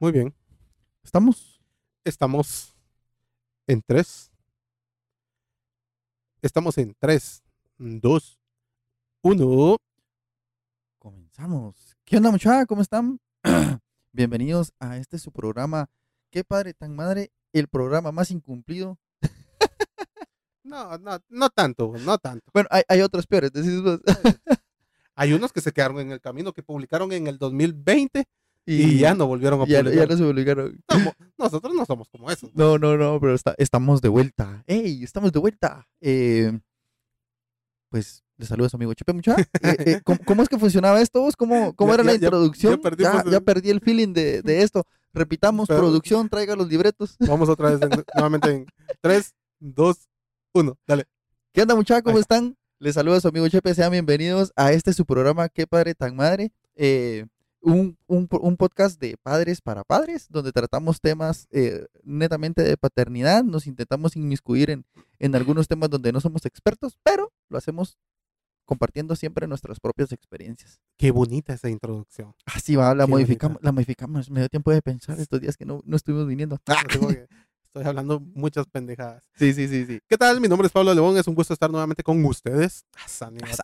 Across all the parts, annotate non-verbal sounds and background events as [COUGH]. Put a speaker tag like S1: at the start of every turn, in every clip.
S1: Muy bien.
S2: ¿Estamos?
S1: Estamos en 3. Estamos en 3, 2, 1.
S2: Comenzamos. ¿Qué onda, muchachos? ¿Cómo están? [CLEARS THROAT] Bienvenidos a este su programa. Qué padre tan madre, el programa más incumplido.
S1: No, no, no tanto, no tanto.
S2: Bueno, hay, hay otros peores, decís vos. [LAUGHS]
S1: Hay unos que se quedaron en el camino que publicaron en el 2020 y, ya no volvieron a
S2: ya,
S1: publicar.
S2: ya los obligaron.
S1: Somos- nosotros no somos como esos.
S2: No, no, no, pero está- estamos de vuelta. ¡Ey! Estamos de vuelta. Eh, pues les saludo a su amigo Chepe Mucha.
S1: [LAUGHS]
S2: Eh, eh, ¿cómo, cómo es que funcionaba esto vos? ¿Cómo, cómo
S1: Ya-
S2: era la
S1: ya- ya- ya
S2: introducción? Ya,
S1: perdimos el-
S2: ya perdí el feeling de, de esto. Repitamos,
S1: Pero-
S2: producción, traiga los libretos.
S1: Vamos otra vez en- nuevamente en 3, 2, 1. Dale.
S2: ¿Qué onda, muchachos? ¿Cómo
S1: Ahí
S2: están? Les saluda su amigo Chepe. Sean bienvenidos a este su programa, Qué Padre Tan Madre. Eh, un, un po- un podcast de padres para padres, donde tratamos temas eh, netamente de paternidad. Nos intentamos inmiscuir en, en algunos temas donde no somos expertos, pero lo hacemos compartiendo siempre nuestras propias experiencias.
S1: Qué bonita esa [LAUGHS] introducción.
S2: Así va, la
S1: Qué
S2: modificamos,
S1: bonita.
S2: la modificamos. Me dio tiempo de pensar estos días que no, no estuvimos viniendo.
S1: Así como que Estoy hablando muchas pendejadas.
S2: Ah, Sí, sí, sí, sí.
S1: ¿Qué tal? Mi nombre es Pablo León. Es un gusto estar nuevamente con ustedes. Ah, San, iba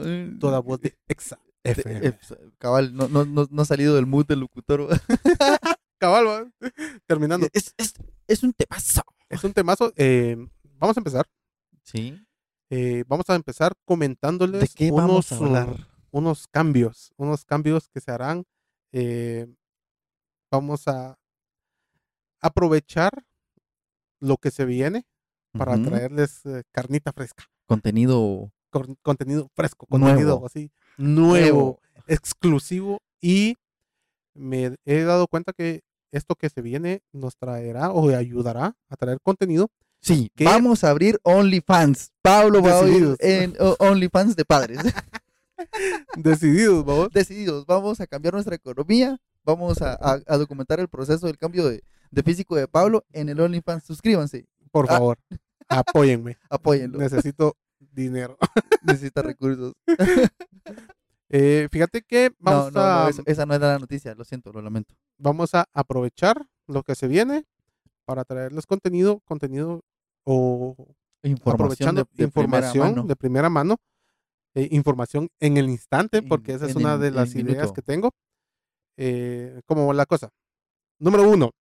S1: toda- Toda voz de exa. FM.
S2: mm. eh, Cabal, no, no, no, no ha salido del mood del locutor. [LAUGHS]
S1: Cabal, va. [LAUGHS] Terminando.
S2: Es, es, es un temazo.
S1: Es un temazo. eh, vamos a empezar.
S2: Sí.
S1: Eh, vamos a empezar comentándoles
S2: ¿De qué vamos a
S1: unos, um,
S2: hablar?
S1: unos cambios. Unos cambios que se harán. Eh, vamos a aprovechar lo que se viene para
S2: Ujú.
S1: traerles eh, carnita fresca.
S2: Contenido
S1: con- contenido fresco,
S2: Nuevo.
S1: contenido así, nuevo, exclusivo y me he dado cuenta que esto que se viene nos traerá o ayudará a traer contenido. [LAUGHS]
S2: Sí,
S1: ¿Qué?
S2: vamos a abrir OnlyFans. Pablo va a abrir
S1: Decididos.
S2: en o- OnlyFans de padres. [LAUGHS]
S1: Decididos, vamos.
S2: Decididos, vamos a cambiar nuestra economía. Vamos a, a- a documentar el proceso del cambio de, de físico de Pablo en el OnlyFans. Suscríbanse,
S1: Por
S2: Ah.
S1: favor, apóyenme.
S2: apóyenlo.
S1: Necesito dinero.
S2: Necesita recursos.
S1: Eh, fíjate que
S2: No, no,
S1: vamos,
S2: no,
S1: a,
S2: eso- esa no era la noticia. Lo siento, lo lamento.
S1: vamos a aprovechar lo que se viene para traerles contenido, contenido o
S2: Información
S1: aprovechando
S2: de, de primera
S1: información
S2: mano.
S1: de primera mano, eh, información en el instante,
S2: En-
S1: porque esa es
S2: en
S1: una
S2: el-
S1: de
S2: el
S1: las ideas
S2: minuto.
S1: que tengo. Eh, ¿Cómo va la cosa? Número uno.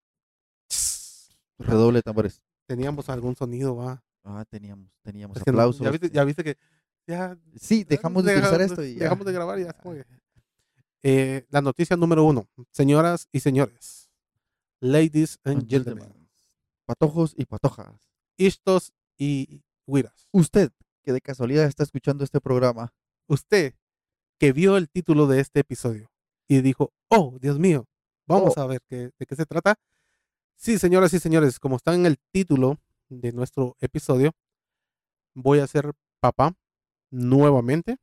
S2: Redoble de tambores.
S1: Teníamos algún sonido, va.
S2: Ah, teníamos, teníamos
S1: Es que no-
S2: aplausos.
S1: ya, viste, ya viste que ya
S2: Sí, dejamos de
S1: deja-
S2: utilizar esto y ya.
S1: Dejamos de grabar y ya. es como que- Eh, la noticia número uno. Señoras y señores. Ladies and gentlemen.
S2: Patojos y patojas.
S1: Istos y güiras.
S2: Usted, que de casualidad está escuchando este programa,
S1: usted que vio el título de este episodio y dijo, oh, Dios mío, vamos
S2: Oh.
S1: a ver qué- de qué se trata. Sí, señoras y señores, como está en el título de nuestro episodio, voy a ser papá nuevamente.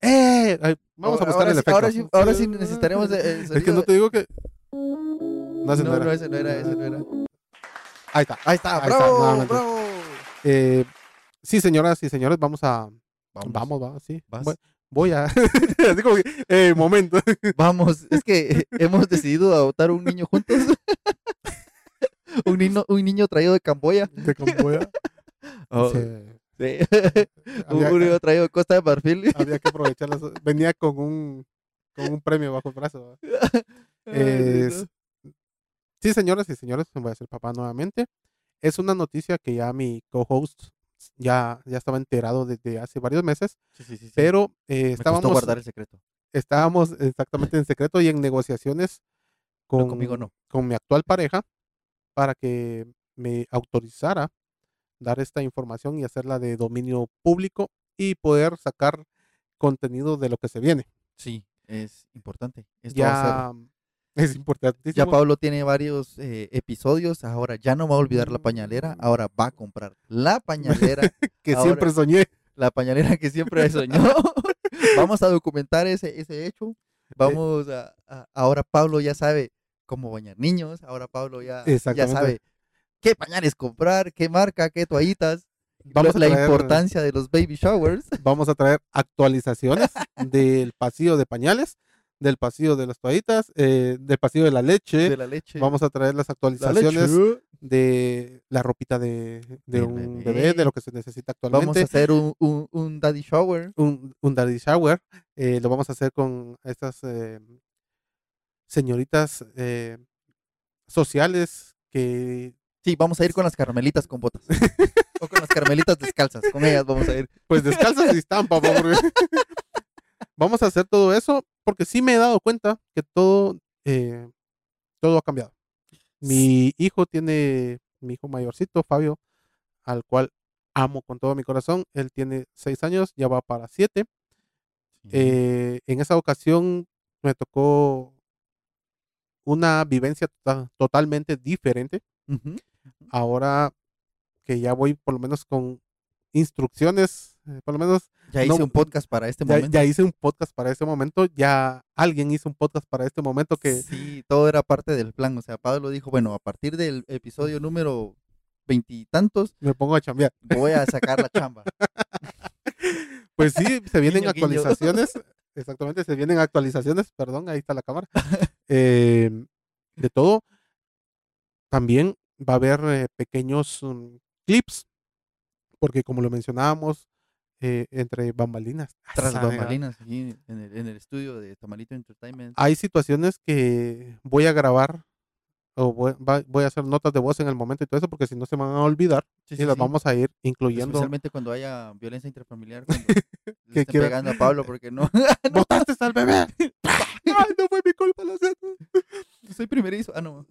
S1: ¡Eh! Ay, Vamos a buscar
S2: Ahora- Oh, ahora
S1: el
S2: sí-
S1: efecto.
S2: ahora sí- ahora sí necesitaremos el-
S1: [LAUGHS]
S2: el
S1: es que
S2: sonido
S1: no
S2: de-
S1: te digo que... No, ese no
S2: no,
S1: era.
S2: no, ese no era, ese no era.
S1: Ahí está.
S2: Ahí está,
S1: Ahí está,
S2: bravo,
S1: nuevamente.
S2: bravo.
S1: Eh, sí, señoras y señores, vamos a... Vamos,
S2: Vamos,
S1: va, sí.
S2: Vas.
S1: Voy, voy a... [LAUGHS] Así como que, eh,
S2: [LAUGHS]
S1: momento.
S2: vamos. Es que [LAUGHS] hemos decidido adoptar un niño juntos. [LAUGHS] un, niño, un niño traído de Camboya.
S1: de Camboya.
S2: Oh,
S1: Se-
S2: sí. un [LAUGHS]
S1: había,
S2: un niño traído de Costa de Marfil.
S1: había que aprovechar las- Venía con un, con un premio bajo el brazo. ¿va? Es- Sí, señoras y señores, pues, voy a ser papá nuevamente. Es una noticia que ya mi co-host ya, ya estaba enterado desde hace varios meses,
S2: Sí, sí, sí, sí.
S1: pero eh,
S2: Me costó
S1: estábamos,
S2: guardar el secreto.
S1: estábamos exactamente en secreto y en negociaciones con,
S2: No, conmigo no.
S1: con mi actual pareja para que me autorizara dar esta información y hacerla de dominio público y poder sacar contenido de lo que se viene.
S2: Sí, es importante. Esto va a ser
S1: Ya es importantísimo.
S2: Ya Pablo tiene varios eh, episodios, ahora ya no va a olvidar la
S1: Mm.
S2: pañalera, ahora va a comprar
S1: [LAUGHS]
S2: la pañalera,
S1: que
S2: ahora-
S1: siempre soñé.
S2: la pañalera que siempre soñó. [LAUGHS] Vamos a documentar ese, ese hecho.
S1: Eh.
S2: Vamos a, a- ahora Pablo ya sabe cómo bañar niños, ahora Pablo ya, ya
S1: Exactamente.
S2: sabe qué pañales comprar, qué marca, qué toallitas,
S1: Vamos a,
S2: la
S1: traer,
S2: importancia de los baby showers.
S1: vamos a traer actualizaciones del pasillo de pañales, del pasillo de las toallitas, eh, del pasillo de la leche.
S2: de la leche.
S1: Vamos a traer las
S2: La leche.
S1: actualizaciones de la ropita de, de
S2: Del
S1: un
S2: bebé.
S1: bebé, de lo que se necesita actualmente.
S2: Vamos a hacer un, un, un daddy shower.
S1: un, un daddy shower. eh, lo vamos a hacer con estas eh, señoritas eh, sociales que
S2: Sí, vamos a ir con las carmelitas con botas. o con las carmelitas descalzas. Con ellas vamos a ir.
S1: pues descalzas y estampa. pa, porque- [LAUGHS] vamos a hacer todo eso porque sí me he dado cuenta que todo, eh, todo ha cambiado. Mi hijo tiene, mi hijo mayorcito, Fabio, al cual amo con todo mi corazón. Él tiene seis años, ya va para siete. Eh, en esa ocasión me tocó una vivencia tota- totalmente diferente.
S2: Ujú.
S1: Ahora que ya voy por lo menos con instrucciones, eh, por lo menos
S2: Ya
S1: no-
S2: hice un podcast para este
S1: ya,
S2: momento.
S1: ya hice un podcast para este momento, ya alguien hizo un podcast para este momento que
S2: Sí, todo era parte del plan. O sea, Pablo dijo, bueno, a partir del episodio número veintitantos,
S1: me pongo a chambear.
S2: voy a sacar la
S1: [LAUGHS]
S2: chamba.
S1: Pues sí, se vienen
S2: Guiño, guiño.
S1: actualizaciones, exactamente, se vienen actualizaciones, perdón, ahí está la cámara, eh, de todo. También va a haber eh, pequeños mm, clips, porque como lo mencionábamos, eh, entre bambalinas. ah, a
S2: Tras
S1: la verga,
S2: bambalinas, aquí en el, en el estudio de Tamarito Entertainment.
S1: Hay situaciones que voy a grabar o voy, va- voy a hacer notas de voz en el momento y todo eso, porque si no se van a olvidar
S2: Sí,
S1: y
S2: sí,
S1: las
S2: sí. Pues,
S1: vamos a ir incluyendo.
S2: Especialmente cuando haya violencia intrafamiliar.
S1: [LAUGHS]
S2: Cuando le
S1: Que
S2: esté
S1: quiera-
S2: pegando a Pablo porque no. [LAUGHS]
S1: ¡Botaste al bebé! ¡Ay, no fue mi culpa! Lo siento.
S2: Soy primerizo. Ah, no.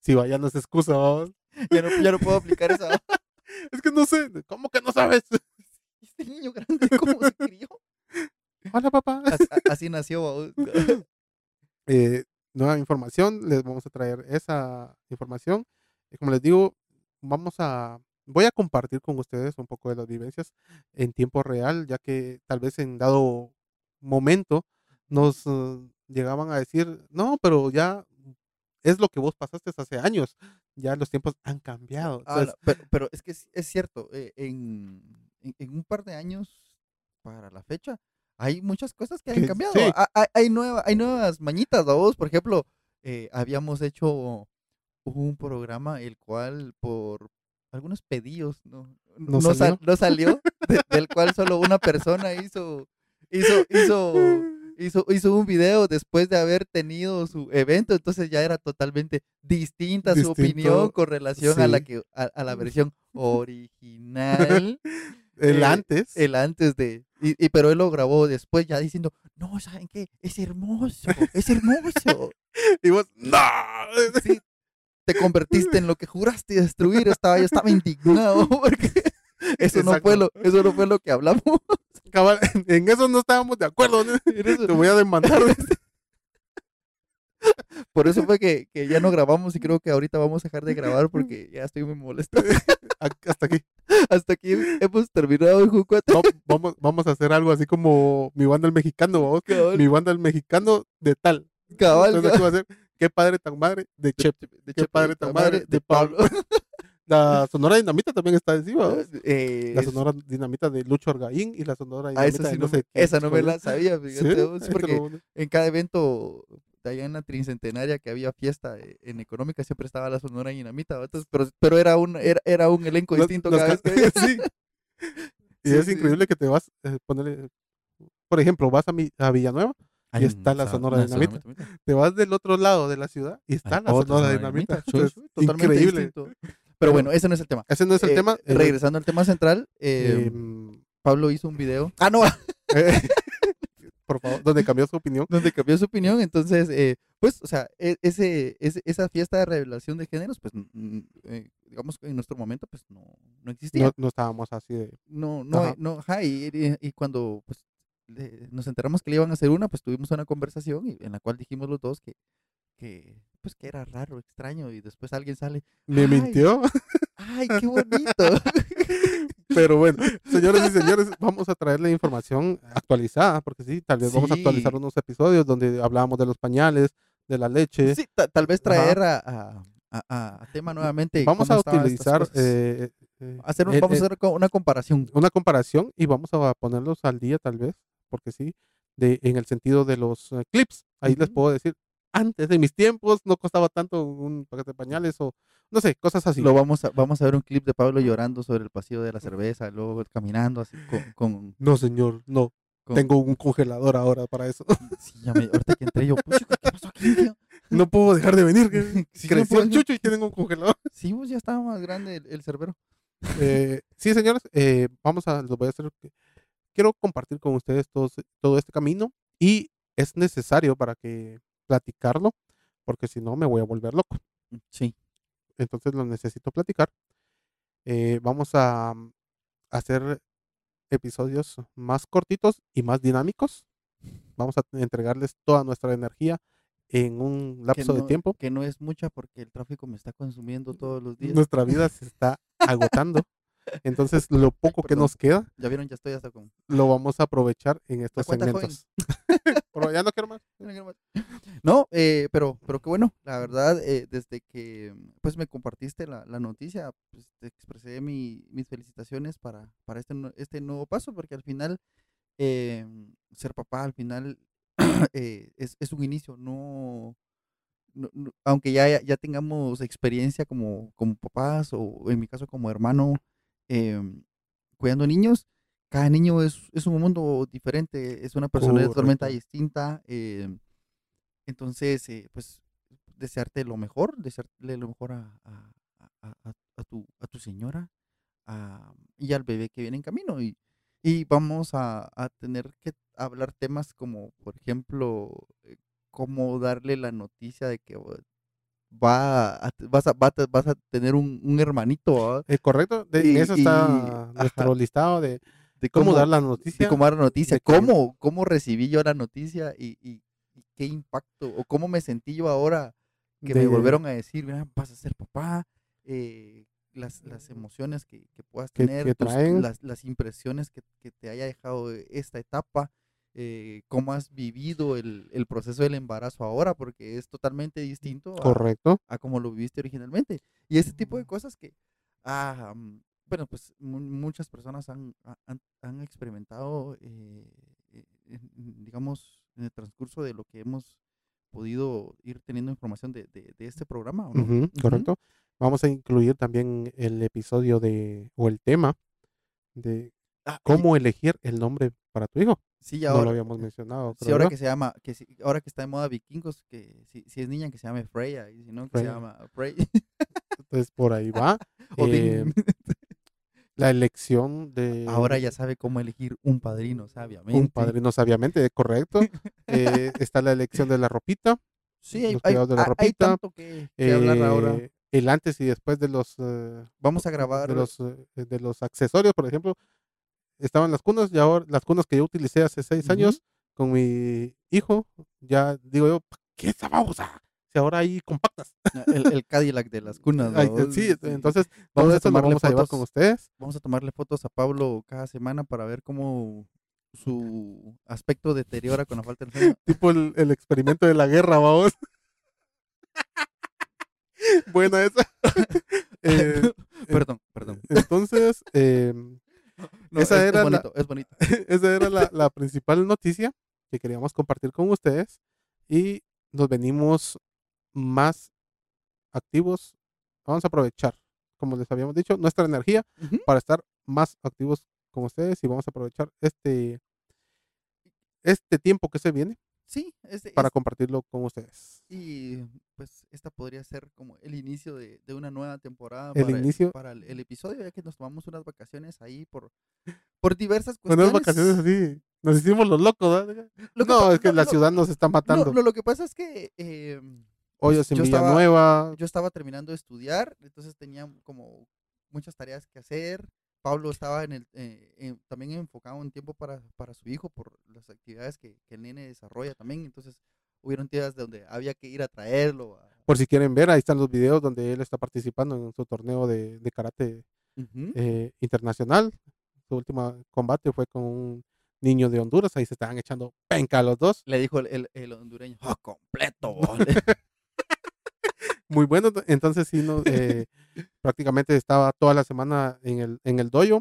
S1: Si vaya, no es excusa, vamos.
S2: Ya no, ya no puedo aplicar esa. [LAUGHS]
S1: Es que no sé, ¿cómo que no sabes? [LAUGHS]
S2: Este niño grande, ¿cómo se crió?
S1: Hola, papá.
S2: Así, así nació.
S1: [LAUGHS]
S2: [LAUGHS] babos.
S1: eh, nueva información, les vamos a traer esa información. Y como les digo, vamos a voy a compartir con ustedes un poco de las vivencias en tiempo real, ya que tal vez en dado momento nos eh, llegaban a decir, "No, pero ya es lo que vos pasaste hace años, ya los tiempos han cambiado."
S2: Ah,
S1: Entonces,
S2: no, pero, pero es que es, es cierto, eh, en, en- en un par de años para la fecha, hay muchas cosas que han
S1: Que-
S2: cambiado.
S1: sí.
S2: Ha- ha- Hay, nueva- hay nuevas mañitas, vos, por ejemplo, eh, habíamos hecho un programa el cual por algunos pedillos no,
S1: No
S2: no sal-
S1: salió.
S2: no salió, de- del cual solo una persona hizo, hizo, hizo, hizo, hizo un video después de haber tenido su evento, entonces ya era totalmente distinta su opinión
S1: Distinto,
S2: con relación a la
S1: sí.
S2: que a, a
S1: [LAUGHS]
S2: la versión original,
S1: el
S2: eh,
S1: antes
S2: el antes de y, y- pero él lo grabó después ya diciendo, "No, ¿saben qué? Es hermoso, es
S1: [LAUGHS]
S2: hermoso."
S1: y vos, "No."
S2: Sí, te convertiste en lo que juraste destruir, estaba yo estaba indignado [LAUGHS] porque eso no fue lo
S1: Exacto.
S2: eso no fue lo que hablamos.
S1: Cabal, [LAUGHS] en eso no estábamos de acuerdo. ¿no? [LAUGHS]
S2: En eso-
S1: Te voy a demandar. [LAUGHS]
S2: Por eso fue que, que ya no grabamos y creo que ahorita vamos a dejar
S1: [LAUGHS]
S2: de grabar porque ya estoy muy molesto.
S1: Hasta aquí.
S2: Hasta aquí hemos terminado el Jucuate.
S1: Va- vamos, vamos a hacer algo así como mi banda el mexicano, ¿vamos?
S2: Cabal,
S1: mi banda el mexicano de tal.
S2: cabal,
S1: Entonces,
S2: cabal.
S1: ¿qué va a ser? Qué padre tan madre de Chep.
S2: De
S1: Qué
S2: Chepe,
S1: padre
S2: la
S1: tan madre de Pablo. La Sonora Dinamita también está encima.
S2: Eh,
S1: La
S2: [LAUGHS] es-
S1: Sonora Dinamita de Lucho Argaín y la Sonora Dinamita
S2: ah, esa,
S1: de
S2: sí
S1: no
S2: no
S1: sé
S2: me,
S1: qué
S2: esa no me
S1: chingada.
S2: la sabía, fíjate
S1: ¿Sí?
S2: vos,
S1: Ahí te
S2: porque
S1: lo-
S2: en cada evento de allá en la tricentenaria que había fiesta eh, en económica siempre estaba la Sonora Dinamita, ¿va? Entonces, pero, pero era un era, era un elenco
S1: Las-
S2: distinto
S1: las
S2: cada
S1: [LAUGHS] ca-
S2: vez que [LAUGHS]
S1: Sí. Y
S2: Sí,
S1: es
S2: sí.
S1: increíble que te vas a poner, por ejemplo, vas a, mi- a Villanueva,
S2: Ahí
S1: está la Sonora Dinamita. te vas del otro lado de la ciudad y está
S2: Ah,
S1: la
S2: otra
S1: Sonora
S2: Sonora
S1: Dinamita.
S2: Dinamita, chuy,
S1: Entonces,
S2: chuy, totalmente
S1: increíble.
S2: distinto. Pero bueno, ese no es el tema.
S1: Ese no es el
S2: Eh,
S1: tema. eh,
S2: Regresando al tema central, eh,
S1: em,
S2: Pablo hizo un video. Ah, no,
S1: Eh, [LAUGHS] Por favor, donde cambió su opinión.
S2: donde cambió su opinión. Entonces, eh, pues, o sea, e- ese, ese- esa fiesta de revelación de géneros, pues, n- n- eh, digamos que en nuestro momento, pues, no, no existía.
S1: No, no estábamos así de.
S2: No, no,
S1: Ajá.
S2: eh, no, ajá, y, y- y cuando, pues, le- nos enteramos que le iban a hacer una, pues, tuvimos una conversación y- en la cual dijimos los dos que, que, pues, que era raro, extraño, y después alguien sale,
S1: Me
S2: Ay. [LAUGHS]
S1: mintió.
S2: ¡ay, qué bonito!
S1: [LAUGHS] Pero bueno, señoras y señores, vamos a traerle información actualizada, porque sí, tal vez vamos a actualizar
S2: Sí.
S1: unos episodios donde hablábamos de los pañales, de la leche.
S2: Sí, ta- tal vez
S1: Ajá.
S2: traer a, a- a- a- a tema nuevamente.
S1: vamos
S2: cómo
S1: a
S2: estaban estas
S1: utilizar.
S2: cosas.
S1: eh, eh,
S2: Hacer un-
S1: eh,
S2: vamos
S1: eh,
S2: a hacer co- una comparación.
S1: una comparación y vamos a ponerlos al día, tal vez, porque sí, de, en el sentido de los eh, clips. Ahí les
S2: Ujú.
S1: puedo decir, antes de mis tiempos no costaba tanto un paquete de pañales o no sé, cosas así.
S2: Lo vamos a, vamos a ver un clip de Pablo llorando sobre el pasillo de la cerveza, luego caminando así con...
S1: [LAUGHS]
S2: con-
S1: No, señor, no.
S2: con-
S1: Tengo un congelador ahora para [LAUGHS] eso.
S2: Sí, ya me- ahorita que entré yo, "Pucha, ¿qué pasó aquí? tío?"
S1: No puedo dejar de venir. [LAUGHS] que
S2: Sí, no
S1: Creció
S2: puedo-
S1: el chucho y tienen un congelador.
S2: Sí, pues ya estaba más grande el, el cerbero.
S1: [LAUGHS] Eh, sí, señores, eh, vamos a, lo voy a hacer. Quiero compartir con ustedes todos- todo este camino y es necesario para que platicarlo, porque si no me voy a volver loco.
S2: Sí.
S1: Entonces lo necesito platicar. Eh, vamos a mm, hacer episodios más cortitos y más dinámicos. Vamos a entregarles toda nuestra energía en un
S2: que
S1: lapso de
S2: no-
S1: tiempo.
S2: Que no es mucha porque el tráfico me está consumiendo todos los días.
S1: Nuestra
S2: [LAUGHS]
S1: vida se está agotando. Entonces lo poco que
S2: perdón.
S1: nos queda
S2: Ya vieron, ya estoy hasta con... [LAUGHS]
S1: lo vamos a aprovechar en estos
S2: cuenta,
S1: segmentos. [LAUGHS] Pero ya no quiero más.
S2: No, eh, pero, pero qué bueno, la verdad, eh, desde que pues me compartiste la, la noticia, pues te expresé mi- mis felicitaciones para, para este, nue- este nuevo paso, porque al final eh, ser papá, al final [CLEARS THROAT] eh, es, es un inicio, no, no- no- aunque ya, ya tengamos experiencia como, como papás o en mi caso como hermano em, cuidando niños, cada niño es, es un mundo diferente, es una personalidad totalmente
S1: Correcto.
S2: distinta. em, entonces, eh, pues, desearte lo mejor, desearle lo mejor a, a- a- a- a tu, a tu señora a- y al bebé que viene en camino. Y, y vamos a, a tener que hablar temas como, por ejemplo, eh, cómo darle la noticia de que eh, va a, vas, a, va a- vas a tener un, un hermanito, ¿va?
S1: Eh, correcto, de, en
S2: Y-
S1: eso
S2: y-
S1: está nuestro
S2: ajá.
S1: listado de
S2: de
S1: cómo, dar la noticia.
S2: de cómo dar la noticia,
S1: de que-
S2: cómo, cómo recibí yo la noticia y, y- y qué impacto, o cómo me sentí yo ahora que me
S1: de-
S2: volvieron a decir, "Mira, vas a ser papá, eh, las, las emociones que, que puedas
S1: Que-
S2: tener,
S1: que
S2: tus-
S1: traen.
S2: las, las impresiones que, que te haya dejado esta etapa, eh, cómo has vivido el, el proceso del embarazo ahora, porque es totalmente distinto a,
S1: Correcto.
S2: a como lo viviste originalmente. Y ese tipo de
S1: Mm.
S2: cosas que, ah, mm, bueno, pues mu- muchas personas han, ha- han, han experimentado, eh, eh, en- en, digamos, en el transcurso de lo que hemos podido ir teniendo información de, de, de este programa, ¿o no?
S1: Ujú,
S2: Ujú.
S1: Correcto. Vamos a incluir también el episodio de, o el tema de
S2: Ah, oye,
S1: cómo elegir el nombre para tu hijo.
S2: Sí,
S1: No
S2: ahora, eh,
S1: lo habíamos mencionado.
S2: sí,
S1: creo,
S2: ahora
S1: ¿verdad?
S2: que se llama, que si- ahora que está de moda vikingos, que si, si es niña que se llame Freya, y si no, que
S1: Freya.
S2: se llama Frey. [LAUGHS]
S1: Entonces por ahí va. eh,
S2: Odín.
S1: la elección de
S2: [LAUGHS] ahora ya sabe cómo elegir un padrino, sabiamente.
S1: un padrino sabiamente, eh, correcto.
S2: [LAUGHS]
S1: Eh, está la elección de la ropita.
S2: Sí, hay,
S1: los
S2: hay-
S1: cuidados de la
S2: hay- hay
S1: ropita,
S2: tanto que, que hablar ahora.
S1: eh, El antes y después de los eh,
S2: Vamos a grabar.
S1: de
S2: [LAUGHS]
S1: los, eh, de los accesorios, por ejemplo, estaban las cunas y ahora las cunas que yo utilicé hace seis
S2: Ujú.
S1: años con mi hijo, ya digo yo, "¿Pa ¿qué esa babosa? Si ahora hay compactas.
S2: el, el Cadillac de las cunas.
S1: Ay,
S2: ¿no?
S1: sí, entonces vamos
S2: Vamos a
S1: a eso lo
S2: tomarle
S1: vamos a llevar con
S2: fotos.
S1: ustedes.
S2: Vamos a tomarle fotos a Pablo cada semana para ver cómo su aspecto deteriora con la falta de sueño.
S1: Tipo el, el experimento de la guerra, vamos. [LAUGHS] Buena
S2: [LAUGHS]
S1: esa. Eh,
S2: perdón, perdón.
S1: entonces, eh,
S2: No,
S1: esa
S2: es, es
S1: era la-
S2: bonito, es bonito.
S1: esa era la, la principal noticia que queríamos compartir con ustedes y nos venimos más activos. Vamos a aprovechar, como les habíamos dicho, nuestra energía
S2: Ujú.
S1: para estar más activos con ustedes y vamos a aprovechar este, este tiempo que se viene
S2: Sí, es, es-
S1: para compartirlo con ustedes.
S2: y pues esta podría ser como el inicio de, de una nueva temporada
S1: El
S2: para,
S1: inicio. mm.
S2: para el, el episodio, ya que nos tomamos unas vacaciones ahí por, por diversas
S1: Bueno,
S2: cuestiones.
S1: unas vacaciones así, nos hicimos los locos. ¿verdad?
S2: Lo que
S1: no,
S2: pa-
S1: es que
S2: no,
S1: la
S2: no,
S1: ciudad nos está
S2: No,
S1: matando.
S2: no, lo que pasa es que eh,
S1: Hoyos en
S2: yo estaba-
S1: Villanueva.
S2: yo estaba terminando de estudiar, entonces tenía como muchas tareas que hacer. Pablo estaba en el, eh, en- también enfocado en tiempo para, para su hijo por las actividades que, que el nene desarrolla también. Entonces, hubieron días de donde había que ir a traerlo. a-
S1: Por si quieren ver, ahí están los videos donde él está participando en su torneo de, de karate eh, internacional. Su último combate fue con un niño de Honduras. Ahí se estaban echando penca los dos.
S2: Le dijo el, el- el hondureño, "Ah, completo.
S1: [LAUGHS]
S2: [LAUGHS]
S1: Muy bueno.
S2: [LAUGHS]
S1: Entonces, sí, no, eh, prácticamente estaba toda la semana en el, en el dojo.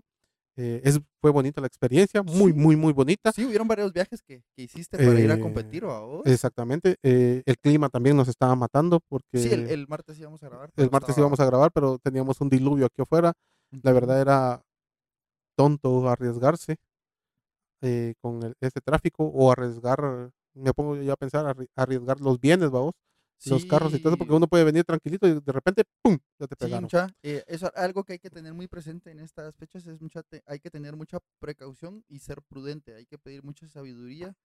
S1: Eh, es, fue bonita la experiencia, muy,
S2: Sí.
S1: muy, muy bonita.
S2: Sí, hubieron varios viajes que, que hiciste para ir a
S1: Eh,
S2: competir o a vos.
S1: Exactamente. eh, el clima también nos estaba matando porque
S2: Sí, el,
S1: el,
S2: el martes íbamos a grabar. pero
S1: martes
S2: estaba-
S1: íbamos a grabar, pero teníamos un diluvio aquí afuera. La verdad era tonto arriesgarse eh, con el- ese tráfico o arriesgar, me pongo yo a pensar, arri- arriesgar los bienes, vamos, los carros y todo eso, porque
S2: Sí,
S1: uno puede venir tranquilito y de repente, ¡pum! Ya te
S2: Sí,
S1: pegaron.
S2: mucha, eh, eso algo que hay que tener muy presente en estas fechas es mucha, te- hay que tener mucha precaución y ser prudente, hay que pedir mucha sabiduría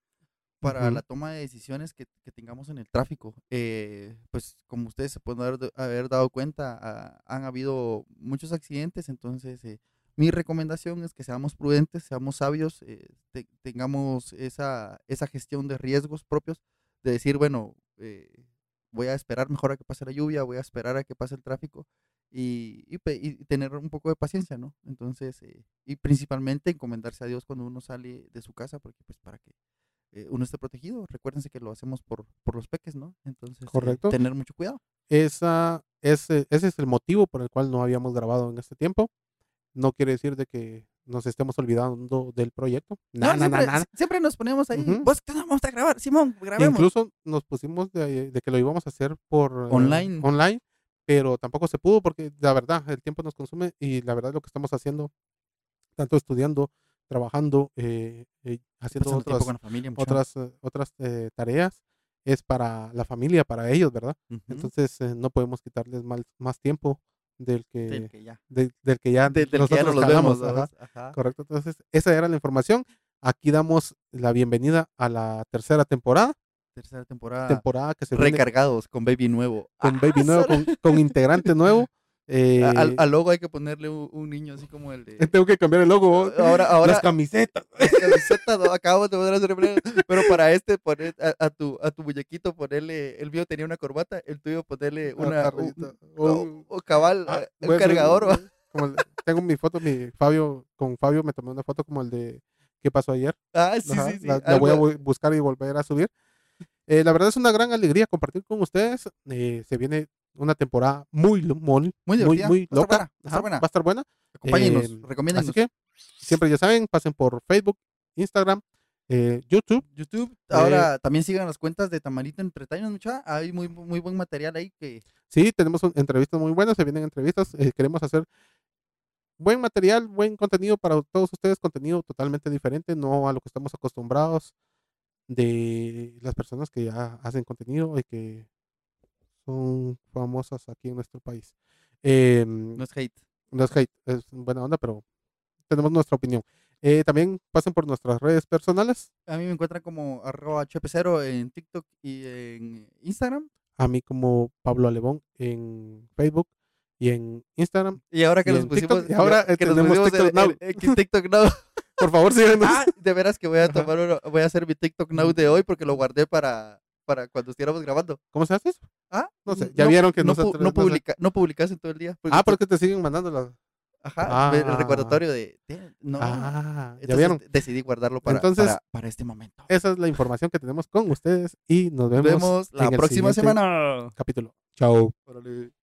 S2: para
S1: Ujú.
S2: la toma de decisiones que, que tengamos en el tráfico. Eh, pues como ustedes se pueden haber, haber dado cuenta, ah, han habido muchos accidentes, entonces eh, mi recomendación es que seamos prudentes, seamos sabios, eh, te- tengamos esa, esa gestión de riesgos propios, de decir, bueno, eh, voy a esperar mejor a que pase la lluvia, voy a esperar a que pase el tráfico y, y pe- y tener un poco de paciencia, ¿no? Entonces, eh, y principalmente encomendarse a Dios cuando uno sale de su casa, porque pues para que eh, uno esté protegido, recuérdense que lo hacemos por, por los peques, ¿no? Entonces, eh,
S1: Correcto.
S2: tener mucho cuidado.
S1: Esa, ese, ese es el motivo por el cual no habíamos grabado en este tiempo. No quiere decir de que nos estemos olvidando del proyecto.
S2: No,
S1: Nada, nada,
S2: siempre,
S1: nada.
S2: si- siempre nos poníamos ahí,
S1: Ujú.
S2: vos que no vamos a grabar, Simón, grabemos.
S1: E Incluso nos pusimos de, de que lo íbamos a hacer por eh,
S2: Online.
S1: online, pero tampoco se pudo porque la verdad el tiempo nos consume y la verdad lo que estamos haciendo, tanto estudiando, trabajando, eh, eh, haciendo
S2: Pasando tiempo
S1: otras,
S2: con la familia, mucho.
S1: otras, eh, otras eh, tareas, es para la familia, para ellos, ¿verdad?
S2: Ujú.
S1: Entonces eh, no podemos quitarles mal- más tiempo del que,
S2: Del que ya.
S1: del- del que ya
S2: Del- del que ya no
S1: eh, nosotros
S2: los
S1: cagamos,
S2: vemos,
S1: ajá.
S2: ¿sabes? Ajá.
S1: Correcto, entonces esa era la información. Aquí damos la bienvenida a la tercera temporada
S2: Tercera temporada.
S1: temporada que se viene
S2: recargados con Baby Nuevo.
S1: con
S2: Ah, [LAUGHS]
S1: Baby Nuevo,
S2: Sara.
S1: con, con integrante nuevo. eh,
S2: [LAUGHS] A- Al, al logo hay que ponerle un, un niño así como
S1: [LAUGHS]
S2: el de.
S1: tengo que cambiar el logo. oh,
S2: Ahora, ahora
S1: las camisetas.
S2: las camisetas, ¿no? acabamos de poner las remeras, pero para este poner a, a tu a tu muñequito ponerle el mío tenía una corbata, el tuyo ponerle eh, una un,
S1: carrillita,
S2: o-
S1: un-
S2: o cabal
S1: ah,
S2: eh,
S1: voy
S2: un
S1: a hacer
S2: cargador. ¿va?
S1: un- [LAUGHS] como el- tengo mi foto, mi Fabio, con Fabio me tomé una foto como el de qué pasó ayer.
S2: Ah, [LAUGHS] sí,
S1: Ajá,
S2: sí, sí.
S1: la, la voy a
S2: algo-
S1: bu- buscar y volver a subir. Eh, la verdad es una gran alegría compartir con ustedes. eh, se viene una temporada muy, lo- muy,
S2: muy
S1: muy,
S2: divertida.
S1: muy
S2: va a estar
S1: loca.
S2: buena, va a estar
S1: Ajá,
S2: buena.
S1: Va a estar buena.
S2: Acompáñenos,
S1: Em,
S2: recomiéndennos.
S1: Así que siempre ya saben, pasen por Facebook, Instagram, eh, YouTube.
S2: YouTube,
S1: eh,
S2: ahora también sigan las cuentas de Tamarito Entertainment, mucha, hay muy muy buen material ahí que
S1: Sí, tenemos un- entrevistas muy buenas, se vienen entrevistas. eh, queremos hacer buen material, buen contenido para todos ustedes, contenido totalmente diferente, no a lo que estamos acostumbrados de las personas que ya hacen contenido y que son famosas aquí en nuestro país. Eh,
S2: no es hate.
S1: no es hate, es buena onda, pero tenemos nuestra opinión. Eh, también pasen por nuestras redes personales.
S2: A mí me encuentran como arroba chepecero en TikTok y en Instagram.
S1: a mí como Pablo Alebón en Facebook y en Instagram.
S2: Y ahora que
S1: Y
S2: nos
S1: en TikTok,
S2: pusimos.
S1: y ahora, eh, tenemos TikTok Now.
S2: el- el TikTok
S1: [LAUGHS]
S2: Now.
S1: Por favor, síganos.
S2: Ah, de veras que voy a tomar uno- voy a hacer mi TikTok Now de hoy porque lo guardé para, para cuando estuviéramos grabando.
S1: ¿Cómo se hace eso?
S2: Ah,
S1: No sé, ya vieron que
S2: no,
S1: nosotros-
S2: pu-
S1: no
S2: no,
S1: sé.
S2: publica, no publicas en todo el día.
S1: Ah,
S2: tú-
S1: porque te siguen mandando las.
S2: Ajá, ve
S1: Ah.
S2: el recordatorio de. de- no.
S1: Ah, ya
S2: Entonces
S1: vieron.
S2: Decidí guardarlo para,
S1: Entonces,
S2: para, para este momento.
S1: Esa es la información que tenemos con ustedes y nos
S2: Nos
S1: vemos,
S2: vemos la
S1: en el
S2: próxima
S1: siguiente
S2: semana.
S1: capítulo. Chao.
S2: Órale.